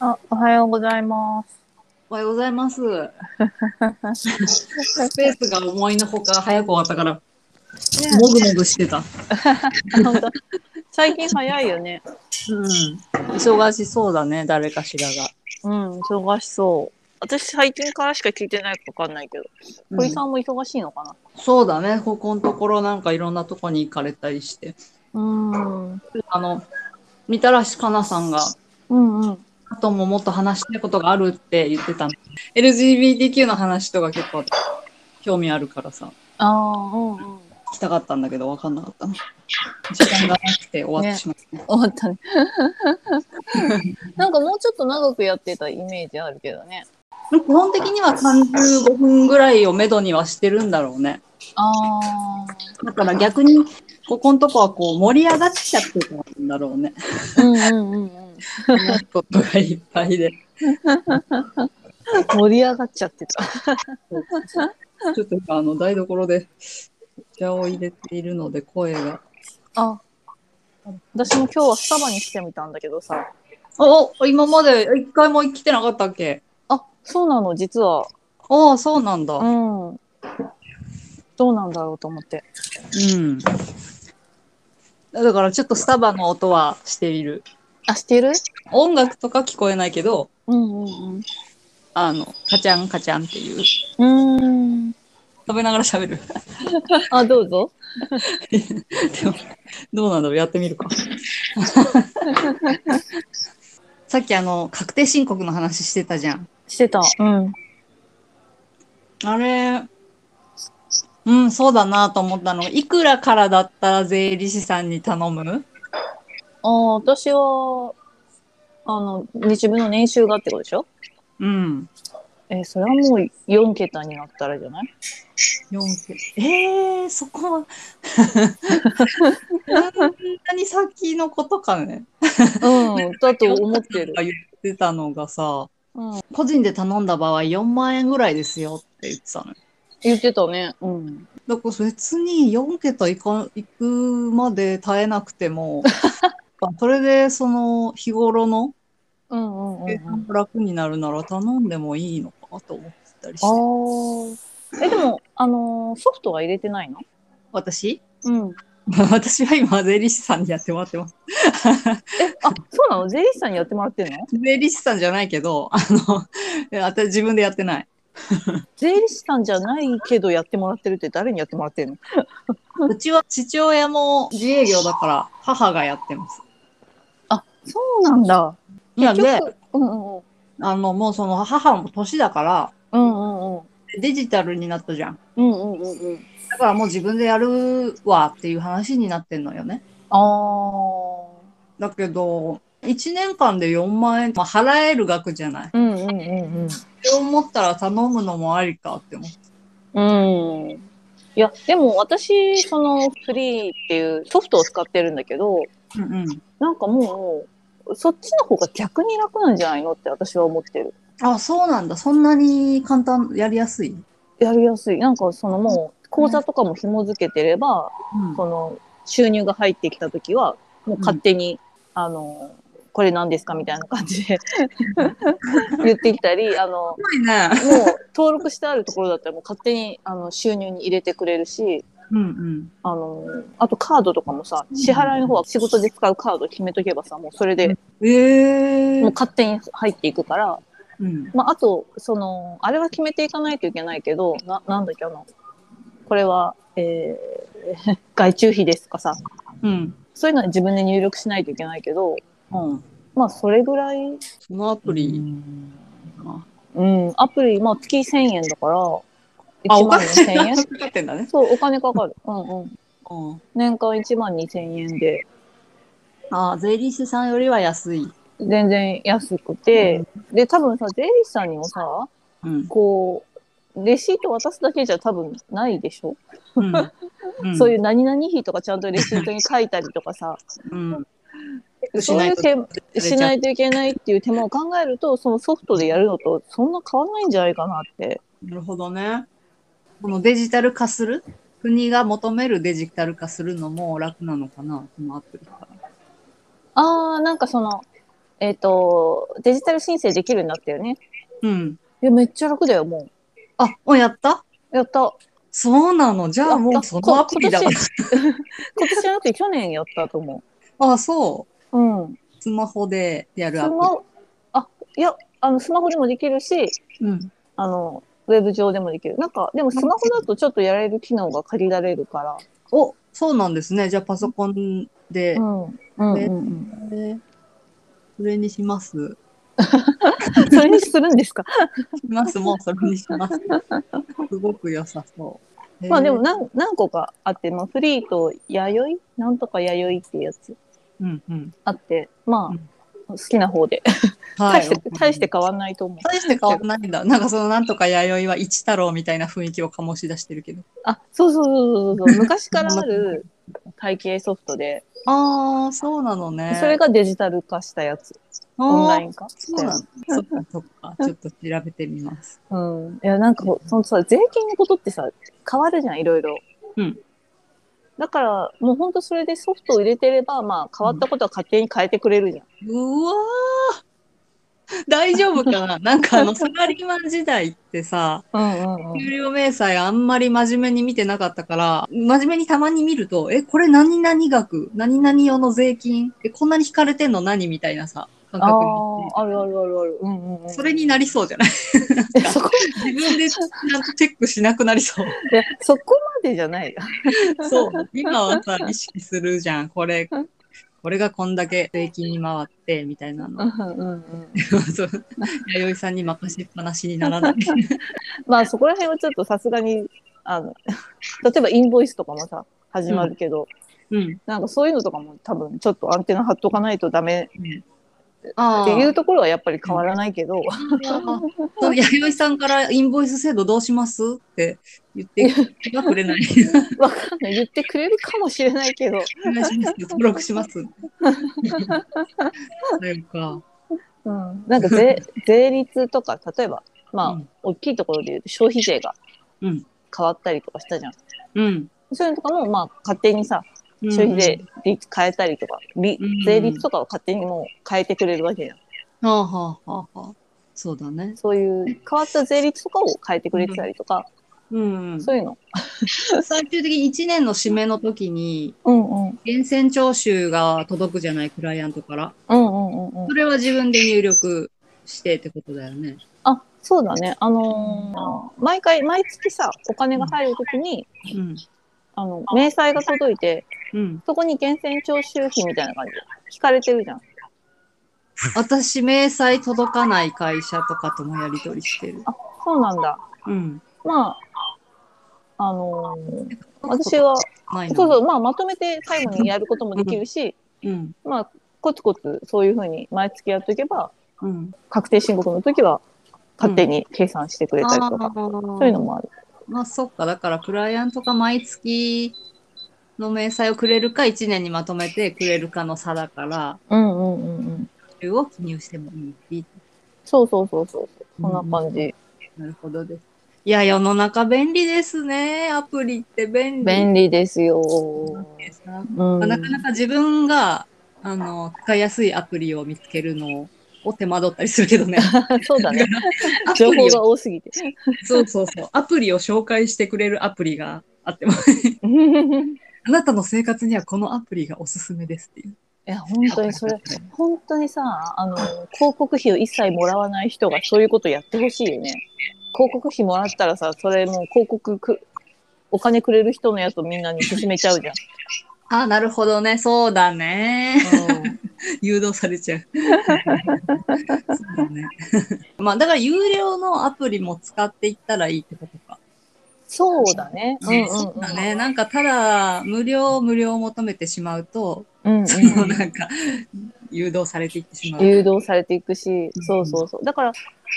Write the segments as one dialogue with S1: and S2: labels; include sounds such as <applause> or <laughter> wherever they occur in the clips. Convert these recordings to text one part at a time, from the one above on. S1: あ、おはようございます。
S2: おはようござい <laughs> ます。スペースが思いのほか早く終わったから、もぐもぐしてた。
S1: 本当 <laughs> 最近早いよね。
S2: うん。忙しそうだね、誰かしらが。
S1: うん、忙しそう。私最近からしか聞いてないかわかんないけど、
S2: 堀
S1: 堀
S2: さ
S1: さ
S2: ん
S1: んも忙しいのか
S2: そうだね、ここのところなんかいろんなとこに行かれたりして。
S1: な。うん、うん
S2: あの、みたらしかなさんが、
S1: うん。
S2: あとももっと話したいことがあるって言ってたの。LGBTQ の話とか結構興味あるからさ、
S1: ああ、うんうん。
S2: 聞きたかったんだけど分かんなかったの。時間がなくて終わってしまった。
S1: 終わった <laughs> ね。なんかもうちょっと長くやってたイメージあるけどね。
S2: 基本的には35分ぐらいをめどにはしてるんだろうね。
S1: あ
S2: だから逆に、ここのとこはこう盛り上がっちゃってたんだろ <laughs> うね。
S1: あ、うんうんうんうん。
S2: ことがいっぱいで。
S1: 盛り上がっちゃってた。
S2: ちょっとあの台所でお茶を入れているので声が。
S1: あ、私も今日はスタバに来てみたんだけどさ。
S2: お今まで一回も来てなかったっけ
S1: あ、そうなの、実は。
S2: ああ、そうなんだ。
S1: うん。どうなんだろうと思って。
S2: うん。だからちょっとスタバの音はしている。
S1: あ、してる
S2: 音楽とか聞こえないけど、
S1: うんうん
S2: あの、カチャンカチャンっていう。
S1: うん。うーん。
S2: 食べながら喋る。
S1: あ、どうぞ。
S2: でもどうなんだろうやってみる <laughs> か。さっきあの確定申告の話してたじゃん。
S1: してた。うん。
S2: あれ、うん、そうだなと思ったの。いくらからだったら税理士さんに頼む
S1: ああ、私は、あの、自分の年収がってことでしょ
S2: うん。
S1: えーそれはもう4桁になったらじゃない
S2: 4えー、そこは。そんなに先のことか <laughs> ね。
S1: うん、だと思って
S2: <laughs>
S1: る。
S2: 言ってたのがさ、
S1: うん、
S2: 個人で頼んだ場合4万円ぐらいですよって言ってたの。
S1: 言ってたね。うん。
S2: だから別に4桁いかいくまで耐えなく
S1: <laughs>
S2: てもそれでその日頃の
S1: うんうんうん、う
S2: 計算
S1: ん。
S2: が楽になるなら頼んでもいいのかなと思ってたりして、
S1: ああ。え、でも、あのーソフトは入れてないの
S2: 私 <laughs>
S1: うん。
S2: 私は今税理士さんにやってもらってます
S1: あ、そうなの税理士さんにやってもらってんの
S2: 税理士さんじゃないけどあのいや私自分でやってない
S1: 税理士さんじゃないけどやってもらってるって誰にやってもらってんの
S2: うちは父親も自営業だから母がやってます
S1: そうなんだ。
S2: いやで
S1: 結局うんうんうん。
S2: あのもうその母も年だから
S1: うんうんうん。
S2: デジタルになったじゃん
S1: うんうんうんうん。
S2: だからもう自分でやるわっていう話になってんのよね。
S1: ああ。
S2: だけど、1年間で4万円、まあ、払える額じゃない。
S1: うんうんうん
S2: そう思ったら頼むのもありかって思って。
S1: うん。うん。いや、でも私、そのフリーっていうソフトを使ってるんだけど、
S2: うんうん。
S1: なんかもう、そっちの方が逆に楽なんじゃないのって私は思ってる。
S2: あ、そうなんだ。そんなに簡単、やりやすい。
S1: やりやすい。なんかそのもう、口座とかも紐づけてれば、
S2: うん
S1: その収入が入ってきた時は、もう勝手に、あの、これ何ですかみたいな感じで言ってきたり、あの、
S2: ごいね。
S1: もう登録してあるところだったらもう勝手にあの収入に入れてくれるし、
S2: うんうん。
S1: あのあとカードとかもさ、支払いの方は仕事で使うカード決めとけばさ、もうそれで
S2: ええ
S1: もう勝手に入っていくから、
S2: うん。
S1: まあ、あと、その、あれは決めていかないといけないけど、な、なんだっけ、あの、これは、えー、 <laughs> 外注費ですとかさ、
S2: うん。
S1: そういうのは自分で入力しないといけないけど、
S2: うん。
S1: まあ、それぐらい、
S2: そのアプリ。あ、
S1: うん、アプリ、まあ、月1000円だから、
S2: あお
S1: 1万
S2: 金
S1: 2000円
S2: がかかってんだね。
S1: そう、お金かかる。うんうん。
S2: <laughs> うん。
S1: 年間1万2000円で、
S2: あ、税理士さんよりは安い。
S1: 全然安くて、で、多分さ、税理士さんにもさ、
S2: うん。
S1: こう、レシート渡すだけじゃ多分ないでしょ、
S2: うん。うん
S1: そういう何々費とかちゃんとレシートに書いたりとかさ、
S2: うん。 <laughs> し
S1: そう
S2: ないいうと
S1: 手しないといけないっていう手間を考えると、そのソフトでやるのとそんな変わらないんじゃないかなって。
S2: なるほどね。このデジタル化する国が求めるデジタル化するのも楽なのかな、このアプリから。
S1: あー、なんかその、えっ、と、デジタル申請できるんだったよね。
S2: うん。
S1: いや、めっちゃ楽だよ、も
S2: あ、もうやった
S1: う。やった。
S2: そうなの。じゃあも
S1: やっ
S2: う
S1: た
S2: そのアプリだか
S1: こ
S2: ら。
S1: 今年じゃなくて去年やったと思。
S2: <laughs> あ、そう
S1: うん。
S2: う。スマホでやる
S1: ス
S2: アプ
S1: マホ、あ、いや、あの、スマホでもできるし、
S2: リ。うん。
S1: あの、ウェブ上でもできる。なんか、でもスマホだとちょっとやられる機能が借りられるから。
S2: お、そうなんですね。じゃあパソコンで。
S1: ん。うんうんうん、
S2: えーそれにします。
S1: それにするん <laughs> ですか、
S2: します。もうそれにします。すごく良さそう。
S1: まあでも
S2: な。
S1: 何何個かあって、まあ、フリーと弥生なんとか弥生っていうやつ
S2: うんうん。
S1: あってまあ、好きな方で、
S2: は
S1: 大
S2: い
S1: して大して。変わんないと思う
S2: 大して変わらないんだ。なんかそのなんとか弥生は一太郎みたいな雰囲気を醸し出してるけど。
S1: あそうそうそうそう
S2: <laughs>
S1: そう昔からある会計ソフトで
S2: ああ、そうなのね。
S1: それがデジタル化したやつオンライ
S2: ン。
S1: ン化し
S2: そう
S1: たや
S2: な
S1: つ
S2: の。そっかそっか。ちょっと調べてみます。
S1: うん、いやなんかほそのさ税金のことってさ変わるじゃんいろいろ、
S2: うん、
S1: だからもうほんとそれでソフトを入れてればまあ変わったことは勝手に変えてくれるじゃん、
S2: うわー大丈夫かななんかあの、サラリーマン時代ってさ、
S1: うんうんうん
S2: 給料明細あんまり真面目に見てなかったから、真面目にたまに見ると、え、これ何々額何々用の税金え、こんなに引かれてんの何みたいなさ、感
S1: あ
S2: 覚になっ
S1: ああるあるあるある、うんうんうん、
S2: て。それになりそうじゃない
S1: え <laughs> そこ
S2: 自分でちゃんとチェックしなくなり
S1: <laughs>
S2: そう。
S1: でそこまでじゃないよ <laughs>
S2: そう。今はさ、意識するじゃん。これ、これがこんだけ税金に回って、みたいなの
S1: う。んうんうん
S2: そう弥生さんに任せっぱなしにならない。
S1: まあそこら辺はちょっとさすがにあの <laughs> 例えばインボイスとかもさ始まるけど、
S2: うん。
S1: なんかそういうのとかも多分ちょっとアンテナ張っとかないとダメ
S2: あ
S1: っていうところはやっぱり変わらないけ <laughs> ど、
S2: そう弥生さんからインボイス制度どうしますって言ってはくれない。
S1: わかんない言ってくれるかもしれないけど、
S2: お願いします登録します。なんか。
S1: うん、なんか税税率とか例えばまあ、
S2: うん
S1: 大きいところで言うと消費税が
S2: うん。
S1: 変わったりとかしたじゃん。
S2: うん。
S1: そういうのとかもまあ勝手にさ
S2: うん
S1: 消費税率変えたりとか、り
S2: うん
S1: 税率とかを勝手にもう変えてくれるわけじゃん。
S2: はあはあはあはあ。そうだね。
S1: そういう変わった税率とかを変えてくれてたりとか、
S2: うん。
S1: そういうの。
S2: 最終的に1年の締めの時に、
S1: うんうん。
S2: 源泉徴収が届くじゃない、クライアントから。
S1: うんうんうんうん
S2: そ。れは自分で入力してってことだよね。
S1: あ、そうだね。あのー毎回、毎月さ、お金が入るときに、
S2: うん。
S1: あの、明細が届いて、
S2: うん。
S1: そこに源泉徴収費みたいな感じで引かれてるじゃん。
S2: 私、明細届かない会社とかともやり取りしてる。
S1: そうなんだ。
S2: うん。
S1: まあ、あのー私は、
S2: ない
S1: そう
S2: な。
S1: そう、まあ、まとめて最後にやることもできるし、
S2: うん。
S1: まあ、コツコツそういうふうに毎月やっておけば、
S2: うん。
S1: 確定申告の時は勝手に計算してくれたりとか、そういうのもある。
S2: まあ、そっか。だから、クライアントが毎月の明細をくれるか、1年にまとめてくれるかの差だから、
S1: うんうんうんうん。
S2: 中を記入してもいい。
S1: そうそうそうそう。そんな感じ。
S2: なるほどです。いや、世の中便利ですね。アプリって便利。
S1: 便利ですよ。
S2: 利さ。
S1: うん。
S2: まあなかなか自分があの使いやすいアプリを見つけるのを手間取ったりするけどね。
S1: そう <laughs> だね。
S2: ア
S1: 情
S2: プ
S1: 報
S2: リ
S1: が
S2: を
S1: 多す <laughs> ぎて。
S2: そうそうそう。アプリを紹介してくれるアプリがあっても、
S1: い
S2: <laughs> あなたの生活にはこのアプリがおすすめですっていう。
S1: や、本当にそれ、本当にさ、あの、広告費を一切もらわない人がそういうことやってほしいよね。広告費もらったらさ、それもう広告く、お金くれる人のやつをみんなに勧めちゃうじゃん。
S2: あ、なるほどね。そうだね。誘導されちゃう。 <laughs> そうだね。 <laughs> まあ、だから有料のアプリも使っていったらいいってことか。
S1: そうだね。うんうん
S2: そ
S1: うん
S2: だね。なんかただ、無料、無料を求めてしまうと、
S1: うんうん
S2: その <laughs> なんか、誘導されていってしまう。
S1: 誘導されていくし、そうそうそう。だから、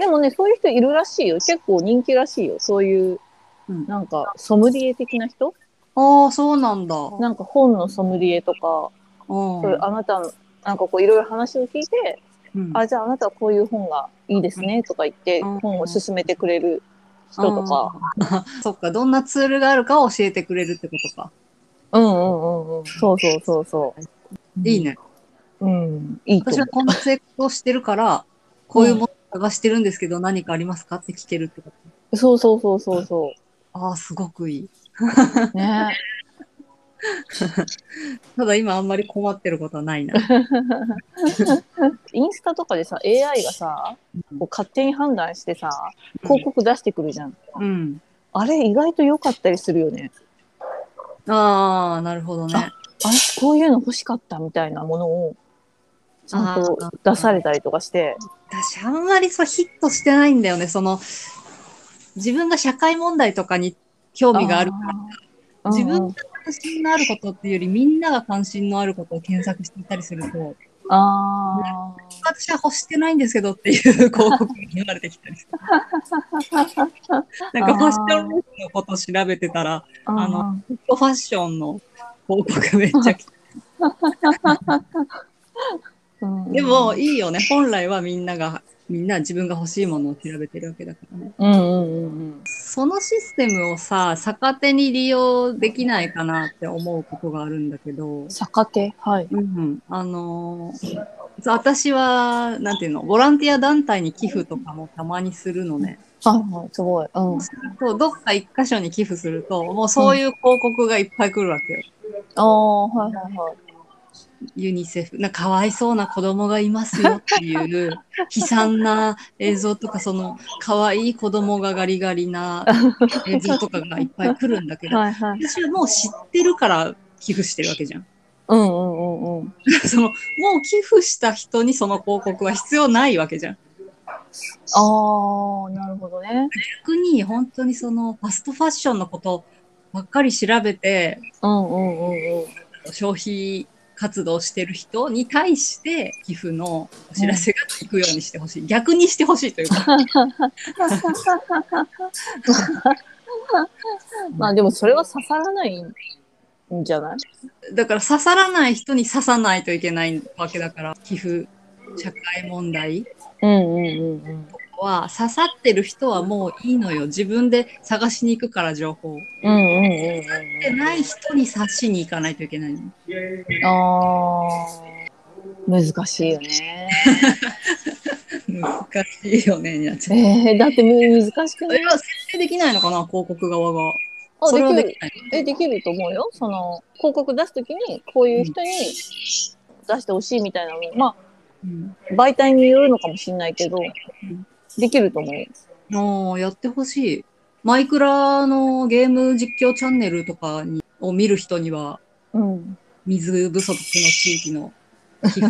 S1: でもね、そういう人いるらしいよ。結構人気らしいよ。そういう、
S2: うん
S1: なんか、ソムリエ的な人
S2: ああ、そうなんだ。うん。
S1: なんか本のソムリエとか、そういうあなたの、なんかこういろいろ話を聞いて、
S2: うん
S1: あ、じゃああなたはこういう本がいいですねとか言って、
S2: うん
S1: 本を勧めてくれる人とか。
S2: あー。そっか、どんなツールがあるかを教えてくれるってことか。
S1: うんうんうんうん。そうそうそうそう。
S2: いいね。
S1: ううん、いいと
S2: 私
S1: 思
S2: はこんな成功してるから、こういうもの探してるんですけど、何かありますかって聞けるってこと。
S1: う。そうそうそうそうそ
S2: ああ、すごくいい。
S1: う。ね。
S2: ただ今あんまり困ってることはな
S1: <laughs>
S2: いな。
S1: インスタとかでさ AI がさこう勝手に判断してさ広告出してくるじゃん、
S2: うん。
S1: あれ意外と良かったりするよね
S2: ああ、なるほどね。
S1: あれこういうの欲しかったみたいなものをちゃんと出されたりとかして
S2: 私あんまりそうヒットしてないんだよね。その、自分が社会問題とかに興味があるから
S1: あー
S2: 自
S1: うん
S2: 分が関心のあることっていうより、みんなが関心のあることを検索していたりすると、
S1: あ
S2: 私は欲してないんですけどっていう広告が流れてきたりする。なんかファッションのことを調べてたら、
S1: ーあの
S2: ファッションの広告めっちゃ来て。でもいいよね。本来はみんなが、みんな自分が欲しいものを調べてるわけだからね。
S1: うんうんうんうん
S2: そのシステムをさ、逆手に利用できないかなって思うことがあるんだけど、
S1: 逆手はい
S2: うん、あのー私は、なんていうの、ボランティア団体に寄付とかもたまにするのね。
S1: はいはいすごいうん
S2: そうどっか一箇所に寄付すると、もうそういう広告がいっぱい来るわけよ。
S1: ああはいはいはい
S2: ユニセフ、なんかかわいそうな子供がいますよっていう悲惨な映像とか、そのかわいい子供がガリガリな映像とかがいっぱい来るんだけど、
S1: はいはい
S2: 私はもう知ってるから寄付してるわけじゃん。 <laughs>
S1: うんうんうんうん
S2: そのもう寄付した人にその広告は必要ないわけじゃん。
S1: ああなるほどね
S2: 逆に本当にそのファストファッションのことばっかり調べて
S1: うんうんうんうん
S2: 消費活動してる人に対して寄付のお知らせが行くようにしてほしい、逆にしてほしいというか <laughs>
S1: <laughs> まあでもそれは刺さらないんじゃない
S2: だから刺さらない人に刺さないといけないわけだから寄付社会問題
S1: うんうんうんうん。
S2: は刺さってる人はもういいのよ自分で探しに行くから情報
S1: うんうんうん
S2: でない人に刺しに行かないといけないの
S1: うん。ああ、難しいよ <laughs> ね。
S2: 難しいよねになっちゃう
S1: えー、だって難しく
S2: そ
S1: ない
S2: れは設定できないのかな広告側が
S1: あ
S2: それは
S1: で
S2: で
S1: きる
S2: きない
S1: えできると思うよ。その広告出すときにこういう人に出してほしいみたいなの、ま
S2: うん
S1: あ媒体によるのかもしれないけど
S2: ん、
S1: できると思う。
S2: あーやってほしいマイクラのゲーム実況チャンネルとかにを見る人には
S1: うん。
S2: 水不足の地域の寄付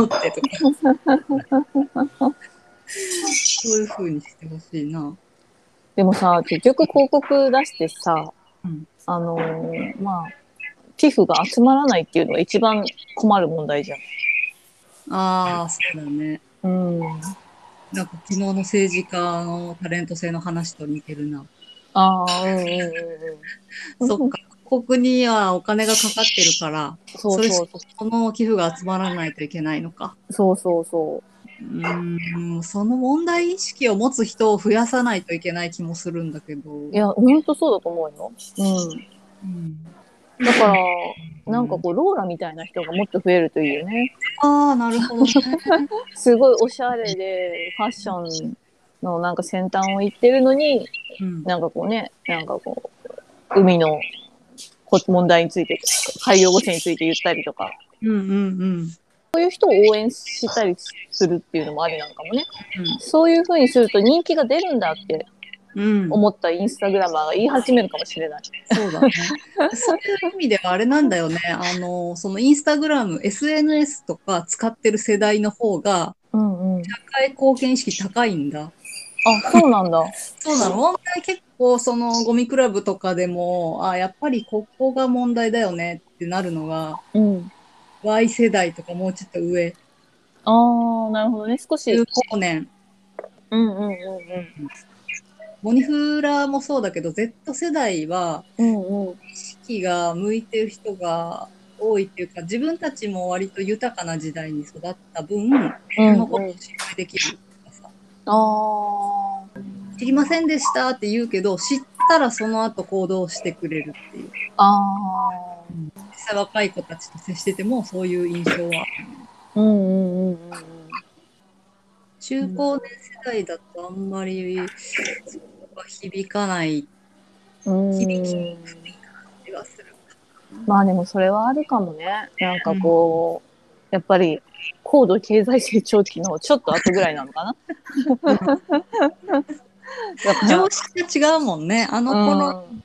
S2: を募ってとか。そういうふうにしてほしいな。
S1: でも
S2: <laughs>
S1: さ、結局広告出してさ、
S2: うん
S1: あのーまあ、寄付が集まらないっていうのが一番困る問題じゃん。
S2: ああ、そうだね。
S1: うん。
S2: なんか昨日の政治家のタレント性の話と似てるな。
S1: ああ、うんうんうんうん。
S2: そっか、ここにはお金がかかってるから、
S1: そ
S2: そうれ
S1: そ
S2: そう
S1: そう。
S2: この寄付が集まらないといけないのか。
S1: そうそうそう
S2: ーん、その問題意識を持つ人を増やさないといけない気もするんだけど。
S1: う。いや、ほんとそうだと思うよ。
S2: うん
S1: うん。だから、なんかこう、ローラみたいな人がもっと増えるといいよね。
S2: ああ、なるほどね。
S1: すごいおしゃれで、ファッションのなんか先端を行ってるのに、
S2: うん
S1: なんかこうね、なんかこう、海のこ問題について、海洋汚染について言ったりとか、
S2: うんうんうん。
S1: そういう人を応援したりするっていうのもありなのかもね。
S2: うん
S1: そういうふうにすると人気が出るんだって
S2: うん、
S1: 思ったインスタグラマーが言い始めるかもしれない。
S2: そうだね。そういう意味ではあれなんだよね。あの、そのインスタグラム、SNS とか使ってる世代の方が、
S1: うんうん。
S2: 社会貢献意識高いんだ。
S1: あ、そうなんだ。
S2: そうなの問題結構、そのゴミクラブとかでも、あやっぱりここが問題だよねってなるのが、
S1: うん。
S2: Y 世代とかもうちょっと上、
S1: ああ、なるほどね。少し。
S2: 中高年。
S1: うんうんうんうん。
S2: モニフラもそうだけど、Z 世代は、
S1: うんうん。
S2: 意識が向いてる人が多いっていうか、自分たちも割と豊かな時代に育った分、
S1: うん
S2: のことを知りできるとかさ
S1: あ
S2: 知りませんでしたって言うけど知ったらその後行動してくれるっていう
S1: あ。ああ。
S2: 実際若い子たちと接しててもそういう印象は
S1: うんうんうんうん
S2: 中高年世代だとあんまりそこが響かない
S1: うん。うん
S2: 響きにくい感じがする。
S1: まあでもそれはあるかもね。なんかこう、やっぱり高度経済成長期のちょっと後ぐらいなのか <laughs> な。やっぱ
S2: 常識が違うもんね。あの頃、
S1: うん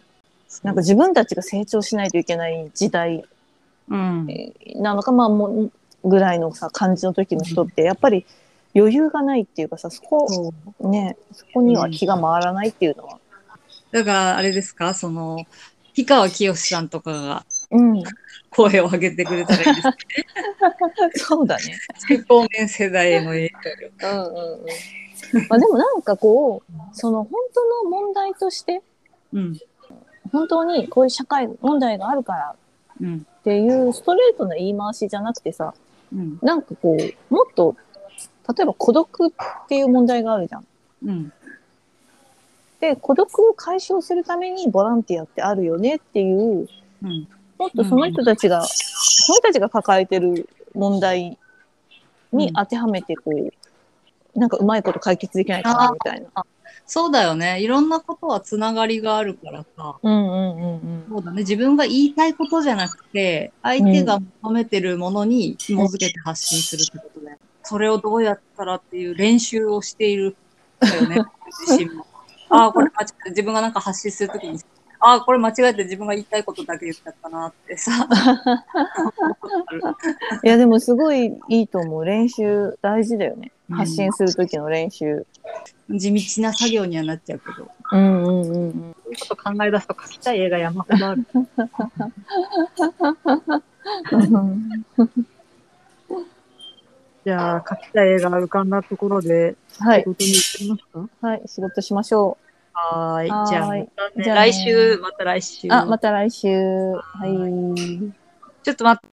S1: なんか自分たちが成長しないといけない時代
S2: うん
S1: なのか、まあもうぐらいのさ、感じの時の人って、やっぱり余裕がないっていうかさ、そこ、
S2: そう
S1: ね、そこには気が回らないっていうのは。
S2: だからあれですか、その、氷川きよしさんとかが
S1: うん、 <laughs>
S2: 声を上げてくれたらいいですね。
S1: そうだね。
S2: <laughs> 中高年世代への影響力。
S1: うんうんうん。まあでもなんかこう、その本当の問題として、
S2: うん。
S1: 本当にこういう社会問題があるから
S2: うん。
S1: っていうストレートな言い回しじゃなくてさ、
S2: うん。
S1: なんかこう、もっと、例えば孤独っていう問題があるじゃん。
S2: うん。
S1: で、孤独を解消するためにボランティアってあるよねっていう、
S2: うん。
S1: もっとその人たちが、その人たちが抱えてる問題に当てはめてこう、なんかうまいこと解決できないかなみたいな。
S2: そうだよね。いろんなことはつながりがあるからさ。
S1: うんうんうんうん。
S2: そうだね。自分が言いたいことじゃなくて、相手が求めてるものに紐づけて発信するってことだよ。それをどうやったらっていう練習をしているんだよ <laughs> ね。自身も。ああ、これ間違えて、自分がなんか発信するときに、ああ、これ間違えて自分が言いたいことだけ言っちゃったなって <laughs> さ。
S1: いやでもすごいいいと思う。練習大事だよね。
S2: うん
S1: 発信する時の練習。
S2: 地道な作業にはなっちゃうけど。
S1: うんうんうんうん。
S2: そういうこと考え出すと書きたい映画山ほど <laughs> ある。じゃあ、書きたい映画が浮かんだところで、
S1: <laughs> はい、
S2: に行きますか
S1: はい、仕事しましょ
S2: はーい。
S1: はーい
S2: じゃあ、また
S1: じ
S2: ね、
S1: ゃあね
S2: 来週、また来週。
S1: う。あ、また来週。はい。
S2: ちょっと待って。